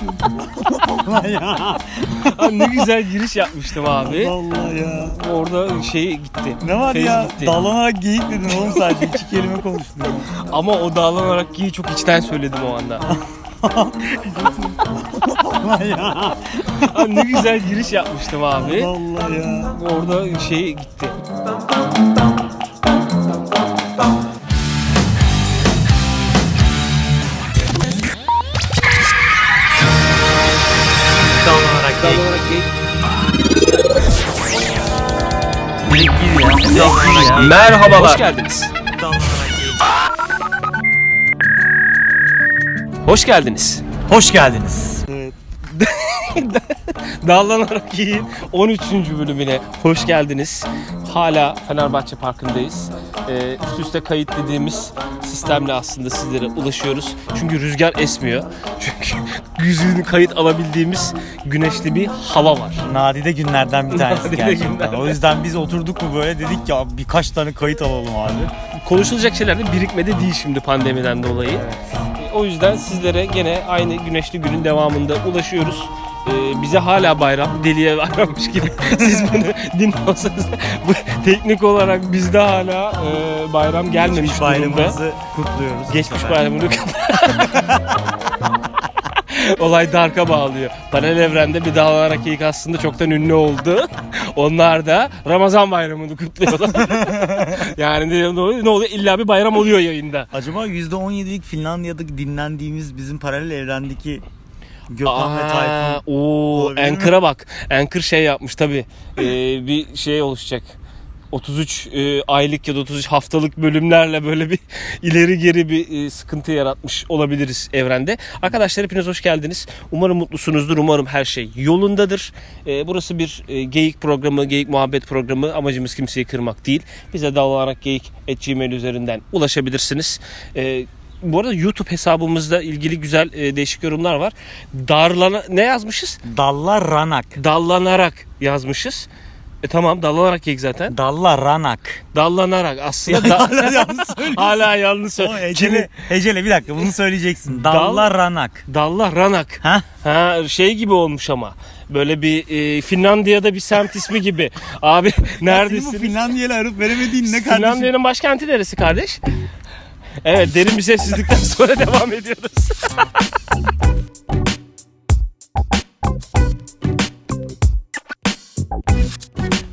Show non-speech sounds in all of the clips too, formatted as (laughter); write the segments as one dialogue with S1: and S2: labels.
S1: Vallahi ya.
S2: Abi ne güzel giriş yapmıştım abi.
S1: Vallahi ya.
S2: Orada şey gitti.
S1: Ne var
S2: Fez
S1: ya?
S2: gitti.
S1: Dallanarak geyik dedin oğlum sadece. iki kelime konuştun ya.
S2: Ama o dağlanarak ki çok içten söyledim o anda.
S1: Vallahi ya.
S2: Abi ne güzel giriş yapmıştım abi.
S1: Vallahi ya.
S2: Orada şey gitti.
S3: Dallanarak geyik. Direkt gir ya. Dallanarak geyik.
S2: Merhabalar. Hoş geldiniz.
S3: Dallanarak geyik.
S2: Hoş geldiniz.
S3: Hoş geldiniz.
S1: Evet.
S2: Dallanarak Yiğit 13. bölümüne hoş geldiniz. Hala Fenerbahçe Parkı'ndayız. Ee, üst üste kayıt dediğimiz sistemle aslında sizlere ulaşıyoruz. Çünkü rüzgar esmiyor. Çünkü (laughs) yüzünü kayıt alabildiğimiz güneşli bir hava var.
S1: Nadide günlerden bir tanesi
S2: Nadide
S1: gerçekten.
S2: günlerden.
S1: O yüzden biz oturduk mu böyle dedik ya birkaç tane kayıt alalım abi.
S2: Konuşulacak şeyler de birikmede değil şimdi pandemiden dolayı. Ee, O yüzden sizlere gene aynı güneşli günün devamında ulaşıyoruz. Ee, bize hala bayram, deliye bayrammış (laughs) gibi siz bunu dinliyorsanız bu teknik olarak bizde hala e, bayram gelmemiş
S1: Geçmiş
S2: durumda.
S1: bayramımızı kutluyoruz. bu
S2: Geçmiş
S1: sefer.
S2: bayramını (laughs) Olay Dark'a bağlıyor. Paralel evrende bir dağlanarak ilk aslında çoktan ünlü oldu. Onlar da Ramazan
S1: (laughs)
S2: bayramını kutluyorlar. yani ne oluyor? Ne oluyor? İlla bir bayram oluyor yayında.
S1: Acaba %17'lik Finlandiya'da dinlendiğimiz bizim paralel evrendeki Gökhan ve
S2: Aa,
S1: Tayfun.
S2: Oo,
S1: Olabilir mi?
S2: Anchor'a bak. Anchor şey yapmış tabii. Ee, bir şey oluşacak. 33 e, aylık ya da 33 haftalık bölümlerle böyle bir (laughs) ileri geri bir e, sıkıntı yaratmış olabiliriz evrende. Arkadaşlar hepiniz hoş geldiniz. Umarım mutlusunuzdur. Umarım her şey yolundadır. E, burası bir e, geyik programı, geyik muhabbet programı. Amacımız kimseyi kırmak değil. Bize dal olarak geyik gmail üzerinden ulaşabilirsiniz. E, bu arada YouTube hesabımızda ilgili güzel e, değişik yorumlar var. Darlana ne yazmışız?
S1: Dallar Ranak.
S2: Dallanarak yazmışız. E tamam dallanarak geyik zaten.
S1: Dallar
S2: (laughs)
S1: Ranak.
S2: Dallanarak
S1: (laughs)
S2: aslında da-
S1: Hala yanlış söylüyorsun.
S2: hala yanlış
S1: Oğlum
S2: söyle.
S1: Hecele, hecele bir dakika bunu söyleyeceksin.
S2: Dal-
S1: Dallar Ranak.
S2: Dallah Ranak.
S1: Ha?
S2: Ha şey gibi olmuş ama. Böyle bir e, Finlandiya'da bir semt ismi gibi.
S1: (laughs)
S2: Abi
S1: Senin bu
S2: neredesin?
S1: Finlandiyalı arıp veremediğin ne kardeşim?
S2: Finlandiya'nın başkenti neresi kardeş? Evet derin bir sessizlikten (laughs) sonra devam ediyoruz.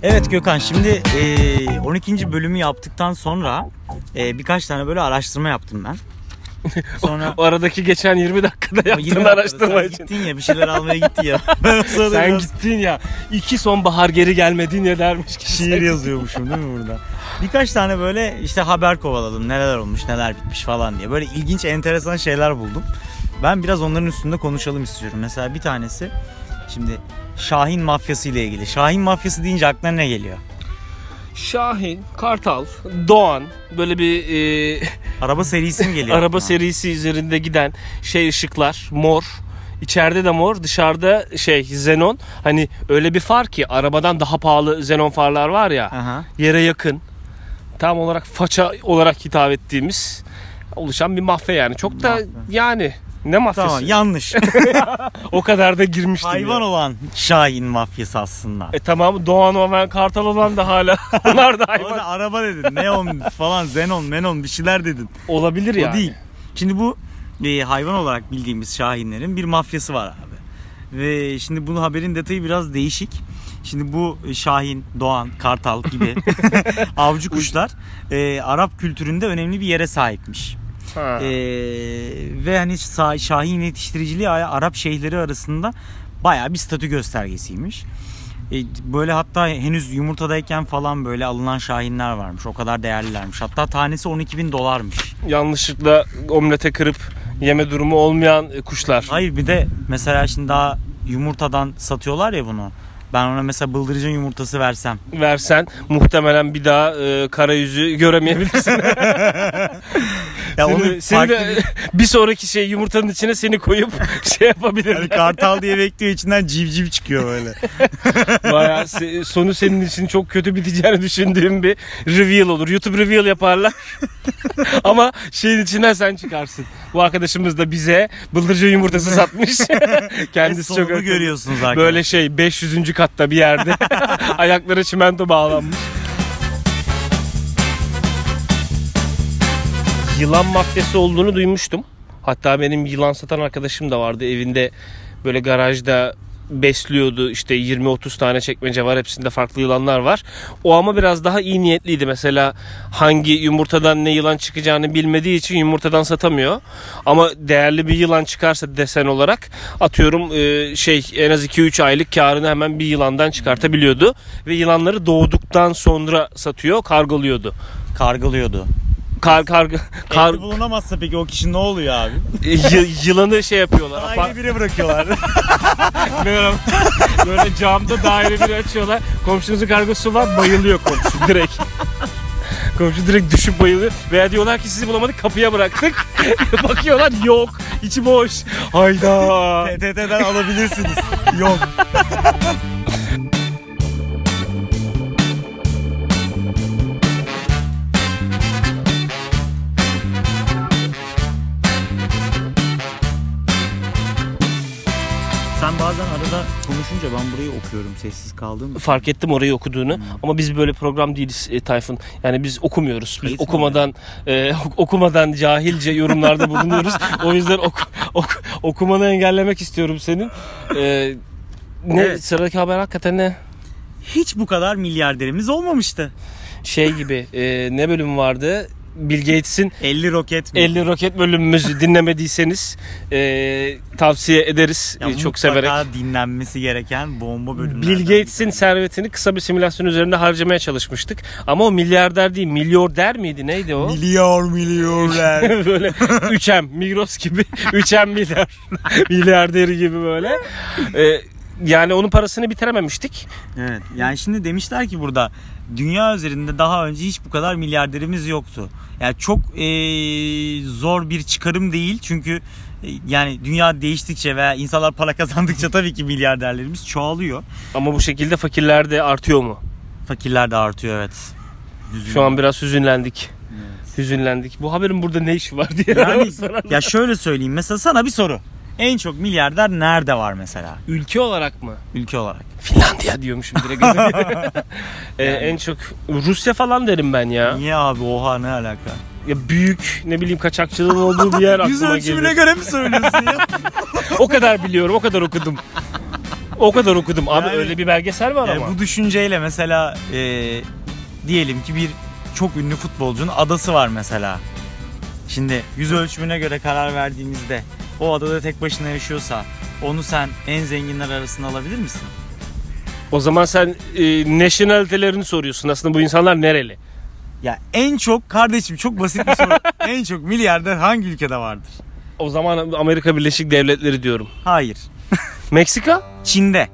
S1: Evet Gökhan şimdi eee, 12. bölümü yaptıktan sonra eee, birkaç tane böyle araştırma yaptım ben. Sonra
S2: O aradaki geçen 20 dakikada
S1: O yirmi
S2: yaptığın
S1: dakikada
S2: araştırma
S1: sen
S2: için.
S1: gittin ya bir şeyler almaya gittin ya. Sonra
S2: Sen
S1: biraz
S2: gittin ya. İki sonbahar geri gelmedin ya dermiş ki.
S1: şiir yazıyormuşum değil mi burada? Birkaç tane böyle işte haber kovaladım. Neler olmuş, neler bitmiş falan diye. Böyle ilginç, enteresan şeyler buldum. Ben biraz onların üstünde konuşalım istiyorum. Mesela bir tanesi şimdi Şahin mafyası ile ilgili. Şahin mafyası deyince aklına ne geliyor?
S2: Şahin, Kartal, Doğan böyle bir e,
S1: Araba serisi mi geliyor?
S2: araba
S1: aklına?
S2: serisi üzerinde giden şey ışıklar mor. İçeride de mor, dışarıda şey xenon. Hani öyle bir far ki arabadan daha pahalı xenon farlar var ya.
S1: Aha.
S2: Yere yakın. Tam olarak faça olarak hitap ettiğimiz oluşan bir mafya yani. Çok da
S1: Mafya.
S2: yani ne mafyası?
S1: Tamam
S2: (laughs)
S1: yanlış.
S2: O kadar da girmiştim.
S1: Hayvan
S2: ya.
S1: olan Şahin mafyası aslında.
S2: E tamam Doğan Omen Kartal olan
S1: (laughs)
S2: da hala. Onlar da (laughs) hayvan.
S1: Orada araba dedin. Neon falan, Zenon, Menon bir şeyler dedin.
S2: Olabilir
S1: O
S2: yani.
S1: değil. Şimdi bu e, hayvan olarak bildiğimiz şahinlerin bir mafyası var abi. Ve şimdi bunu haberin detayı biraz değişik. Şimdi bu e, şahin, doğan, kartal
S2: (laughs)
S1: gibi avcı kuşlar e, Arap kültüründe önemli bir yere sahipmiş.
S2: Ha.
S1: E, ve hani sa- şahin yetiştiriciliği A- Arap şeyhleri arasında bayağı bir statü göstergesiymiş. E, böyle hatta henüz yumurtadayken falan böyle alınan şahinler varmış. O kadar değerlilermiş. Hatta tanesi 12 bin dolarmış.
S2: yanlışlıkla omlete kırıp yeme durumu olmayan e, kuşlar.
S1: Hayır bir de mesela şimdi daha yumurtadan satıyorlar ya bunu. Ben ona mesela bıldırıcın yumurtası versem.
S2: versen muhtemelen bir daha e, kara yüzü göremeyebilirsin.
S1: Ya
S2: seni,
S1: onu
S2: seni
S1: farklı
S2: de-
S1: bir...
S2: (laughs) bir sonraki şey yumurtanın içine seni koyup (laughs)
S1: Hani
S2: şey yapabilir.
S1: kartal diye bekliyor içinden civciv çıkıyor böyle.
S2: Bayağı se- sonu senin için çok kötü biteceğini düşündüğüm bir reveal olur. YouTube reveal yaparlar. (laughs) Ama şeyin içinden sen çıkarsın. Bu arkadaşımız da bize bıldırcın yumurtası
S1: (laughs)
S2: satmış. Kendisi çok
S1: Sonunu
S2: akıllı.
S1: görüyorsunuz arkadaşlar.
S2: Böyle şey 500. katta
S1: (laughs)
S2: bir yerde ayaklara çimento bağlanmış. Yılan mafyası olduğunu duymuştum. Hatta benim yılan satan arkadaşım da vardı evinde böyle garajda besliyordu işte 20-30 tane çekmece var hepsinde farklı yılanlar var. O ama biraz daha iyi niyetliydi mesela hangi yumurtadan ne yılan çıkacağını bilmediği için yumurtadan satamıyor. Ama değerli bir yılan çıkarsa desen olarak atıyorum e, şey en az 2-3 aylık karını hemen bir yılandan çıkartabiliyordu. Ve yılanları doğduktan sonra satıyor kargoluyordu.
S1: Kargılıyordu.
S2: Kar, kar, kar,
S1: Evde bulunamazsa peki o kişi ne oluyor abi?
S2: y- yılanı şey yapıyorlar. apar-
S1: Aile bire (laughs) bırakıyorlar.
S2: Bilmiyorum. Böyle camda daire bir açıyorlar. Komşunuzun kargosu var bayılıyor komşu direkt. Komşu direkt düşüp bayılıyor. Veya diyorlar ki sizi bulamadık kapıya bıraktık. (laughs) Bakıyorlar yok. içi boş. Hayda.
S1: TTT'den alabilirsiniz. Yok. Sen bazen arada konuşunca ben burayı okuyorum sessiz kaldığım.
S2: Fark ettim orayı okuduğunu ama biz böyle program değiliz e, Tayfun. Yani biz okumuyoruz. Biz
S1: Kayıt mı
S2: okumadan e, ok- okumadan cahilce yorumlarda bulunuyoruz. o yüzden ok- ok- okumanı engellemek istiyorum senin. E, ne
S1: Evet.
S2: sıradaki haber hakikaten ne?
S1: Hiç bu kadar milyarderimiz olmamıştı.
S2: şey gibi e, ne bölüm vardı? Bill Gates'in
S1: 50 roket mi?
S2: 50 roket bölümümüzü dinlemediyseniz e, tavsiye ederiz
S1: Ya
S2: E, çok
S1: mutlaka
S2: severek.
S1: dinlenmesi gereken bomba bölümlerden.
S2: Bill Gates'in servetini kısa bir simülasyon üzerinde harcamaya çalışmıştık. Ama o milyarder değil, milyorder miydi neydi o?
S1: Milyar milyarlar.
S2: (laughs) böyle 3M Migros gibi (laughs) 3M milyar milyarderi gibi böyle. E, yani onun parasını bitirememiştik.
S1: (laughs) Evet. Yani şimdi demişler ki burada dünya üzerinde daha önce hiç bu kadar milyarderimiz yoktu. Yani çok eee, zor bir çıkarım değil çünkü e, yani dünya değiştikçe veya insanlar para kazandıkça tabii ki milyarderlerimiz çoğalıyor.
S2: Ama bu şekilde fakirler de artıyor mu?
S1: Fakirler de artıyor evet. Üzülüyor.
S2: Şu an biraz hüzünlendik. Hüzünlendik. Bu haberin burada ne işi var diye.
S1: (laughs)
S2: (laughs)
S1: yani, ya şöyle söyleyeyim mesela sana bir soru. En çok milyarder nerede var mesela
S2: Ülke olarak mı?
S1: ülke olarak?
S2: (laughs) Finlandiya diyormuşum (laughs) direkt. Ee, En çok Rusya falan derim ben ya.
S1: Niye abi oha ne alaka?
S2: ya. Büyük ne bileyim kaçakçılığın olduğu bir (laughs) yer
S1: Yüz
S2: aklıma
S1: ölçümüne
S2: geliyor.
S1: göre mi söylüyorsun
S2: (laughs)
S1: ya?
S2: O kadar biliyorum o kadar okudum. O kadar okudum. Abi
S1: Yani-
S2: öyle bir belgesel var
S1: Yani
S2: ama.
S1: E, bu düşünceyle mesela e, diyelim ki bir çok ünlü futbolcunun adası var mesela. Şimdi yüz ölçümüne göre karar verdiğimizde o adada tek başına yaşıyorsa onu sen en zenginler arasında alabilir misin?
S2: O zaman sen e, nationality'lerini soruyorsun. Aslında bu insanlar nereli?
S1: Ya en çok kardeşim çok basit bir
S2: (laughs)
S1: soru. en çok milyarder hangi ülkede vardır?
S2: O zaman Amerika Birleşik Devletleri diyorum.
S1: Hayır.
S2: Meksika?
S1: Çin'de.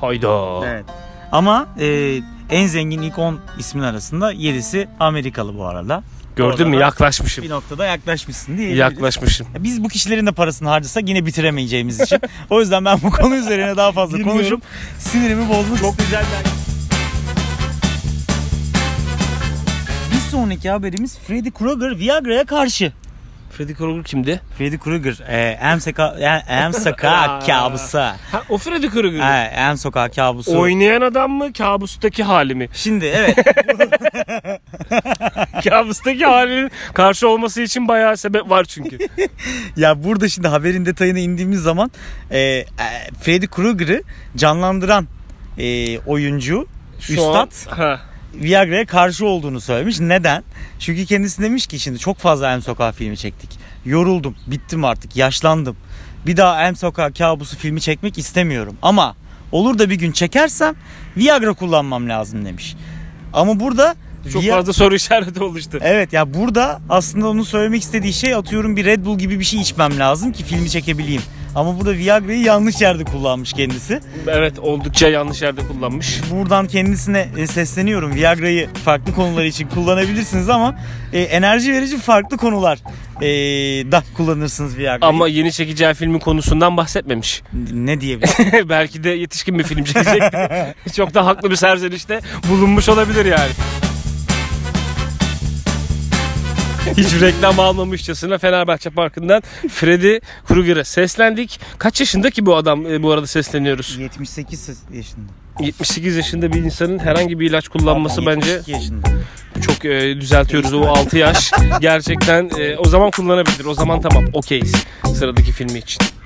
S2: Hayda.
S1: Evet. Ama e, en zengin ilk 10 ismin arasında 7'si Amerikalı bu arada.
S2: Gördün mü
S1: Orada-
S2: yaklaşmışım.
S1: Bir noktada yaklaşmışsın diye.
S2: Yaklaşmışım.
S1: Ya Biz bu kişilerin de parasını harcasak yine bitiremeyeceğimiz için. o yüzden ben bu konu üzerine daha fazla
S2: Bilmiyorum.
S1: konuşup sinirimi bozmak Çok güzel. Bir sonraki haberimiz Freddy Krueger Viagra'ya karşı.
S2: Freddy Krueger kimdi?
S1: Freddy Krueger e, em, seka, e, em (laughs) sokağı kabusu.
S2: Ha, o Freddy Krueger.
S1: E, em sokağı kabusu.
S2: Oynayan adam mı kabustaki hali mi?
S1: Şimdi evet
S2: kabustaki halinin karşı olması için bayağı sebep var çünkü.
S1: (laughs) ya burada şimdi haberin detayına indiğimiz zaman e, e, Freddy Krueger'ı canlandıran e, oyuncu Üstad
S2: an- ha.
S1: Viagra'ya karşı olduğunu söylemiş. Neden? Çünkü kendisi demiş ki şimdi çok fazla Em Sokağı filmi çektik. Yoruldum, bittim artık, yaşlandım. Bir daha Em Sokağı kabusu filmi çekmek istemiyorum. Ama olur da bir gün çekersem Viagra kullanmam lazım demiş. Ama burada
S2: Çok
S1: Via-
S2: fazla soru işareti oluştu.
S1: Evet ya burada aslında onun söylemek istediği şey atıyorum bir Red Bull gibi bir şey içmem lazım ki filmi çekebileyim. Ama burada Viagra'yı yanlış yerde kullanmış kendisi.
S2: Evet oldukça yanlış yerde kullanmış.
S1: Buradan kendisine e, sesleniyorum. Viagra'yı farklı konular için kullanabilirsiniz ama e, enerji verici farklı konular e, da kullanırsınız Viagra'yı.
S2: Ama yeni çekeceği filmin konusundan bahsetmemiş. (laughs)
S1: ne (laughs) diyebilirim?
S2: Belki de yetişkin bir film çekecek. Çok da haklı bir serzenişte bulunmuş olabilir yani. Hiç reklam almamışçasına Fenerbahçe Parkı'ndan Freddy Krueger'e seslendik. Kaç yaşında ki bu adam e, bu arada sesleniyoruz?
S1: 78 yaşında.
S2: 78 yaşında bir insanın herhangi bir ilaç kullanması bence
S1: 72 yaşında.
S2: çok e, düzeltiyoruz o 6 yaş. Gerçekten e, o zaman kullanabilir. O zaman tamam okeyiz sıradaki filmi için.